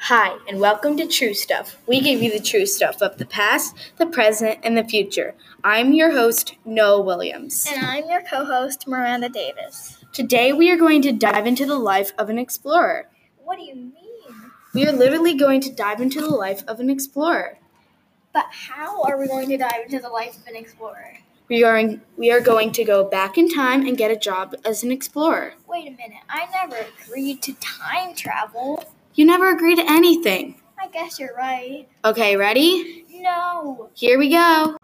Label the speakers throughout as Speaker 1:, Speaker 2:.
Speaker 1: Hi, and welcome to True Stuff. We give you the true stuff of the past, the present, and the future. I'm your host, Noah Williams.
Speaker 2: And I'm your co host, Miranda Davis.
Speaker 1: Today, we are going to dive into the life of an explorer.
Speaker 2: What do you mean?
Speaker 1: We are literally going to dive into the life of an explorer.
Speaker 2: But how are we going to dive into the life of an explorer?
Speaker 1: We are, in, we are going to go back in time and get a job as an explorer.
Speaker 2: Wait a minute, I never agreed to time travel.
Speaker 1: You never agree to anything.
Speaker 2: I guess you're right.
Speaker 1: Okay, ready?
Speaker 2: No!
Speaker 1: Here we go.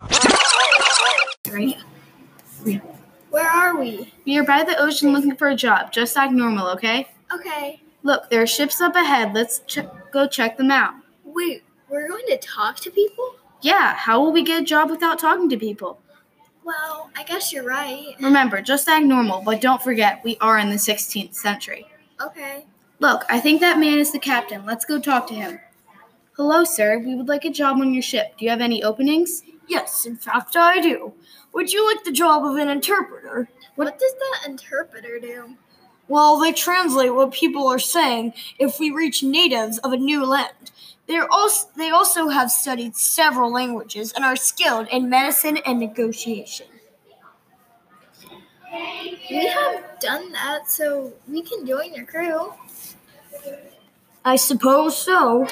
Speaker 2: Where are we?
Speaker 1: We are by the ocean looking for a job, just like normal, okay?
Speaker 2: Okay,
Speaker 1: Look, there are ships up ahead. Let's ch- go check them out.
Speaker 2: wait, we're going to talk to people?
Speaker 1: Yeah, how will we get a job without talking to people?
Speaker 2: Well, I guess you're right.
Speaker 1: Remember, just act normal, but don't forget, we are in the 16th century.
Speaker 2: Okay.
Speaker 1: Look, I think that man is the captain. Let's go talk to him. Hello, sir. We would like a job on your ship. Do you have any openings?
Speaker 3: Yes, in fact, I do. Would you like the job of an interpreter?
Speaker 2: What, does that interpreter do?
Speaker 3: Well, they translate what people are saying if we reach natives of a new land. They're also, they also have studied several languages and are skilled in medicine and negotiation.
Speaker 2: We have done that, so we can join your crew.
Speaker 3: I suppose so.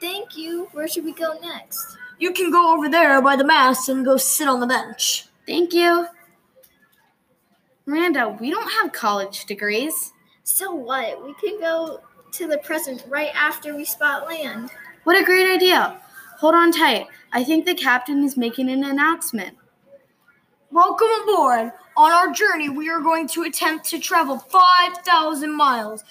Speaker 2: Thank you. Where should we go next?
Speaker 3: You can go over there by the mast and go sit on the bench.
Speaker 1: Thank you. Miranda, we don't have college degrees.
Speaker 2: So what? We could go to the present right after we spot land.
Speaker 1: What a great idea. Hold on tight. I think the captain is making an announcement.
Speaker 3: Welcome aboard. On our journey, we are going to attempt to travel 5,000 miles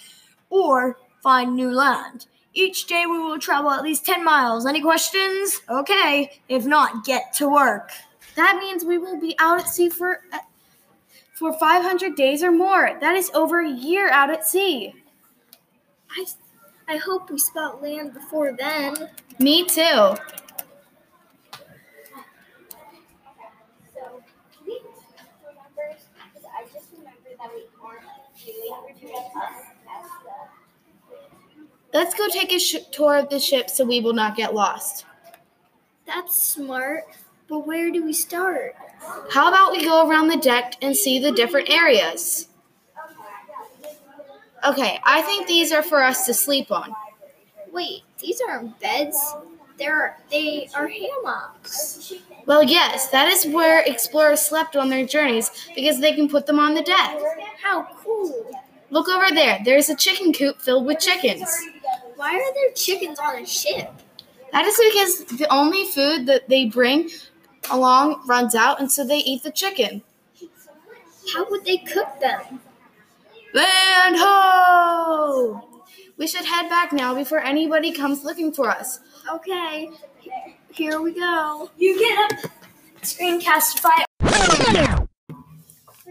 Speaker 3: or find new land. Each day, we will travel at least 10 miles. Any questions? Okay. If not, get to work.
Speaker 1: That means we will be out at sea for uh, for 500 days or more. That is over a year out at sea.
Speaker 2: I, I hope we spot land before then.
Speaker 1: Me too. Let's go take a sh- tour of the ship so we will not get lost.
Speaker 2: That's smart. But where do we start?
Speaker 1: How about we go around the deck and see the different areas? Okay, I think these are for us to sleep on.
Speaker 2: Wait, these aren't beds. They're they are hammocks.
Speaker 1: Well, yes, that is where explorers slept on their journeys because they can put them on the deck.
Speaker 2: How cool!
Speaker 1: Look over there. There's a chicken coop filled with chickens.
Speaker 2: Why are there chickens on a ship?
Speaker 1: That is because the only food that they bring along runs out, and so they eat the chicken.
Speaker 2: How would they cook them?
Speaker 1: Land ho! We should head back now before anybody comes looking for us.
Speaker 2: Okay, here we go.
Speaker 3: You get up. Screencastify.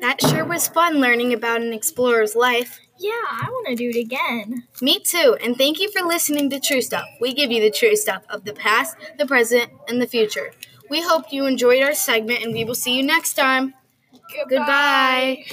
Speaker 1: That sure was fun learning about an explorer's life.
Speaker 2: Yeah, I want to do it again.
Speaker 1: Me too, and thank you for listening to True Stuff. We give you the true stuff of the past, the present, and the future. We hope you enjoyed our segment, and we will see you next time. Goodbye.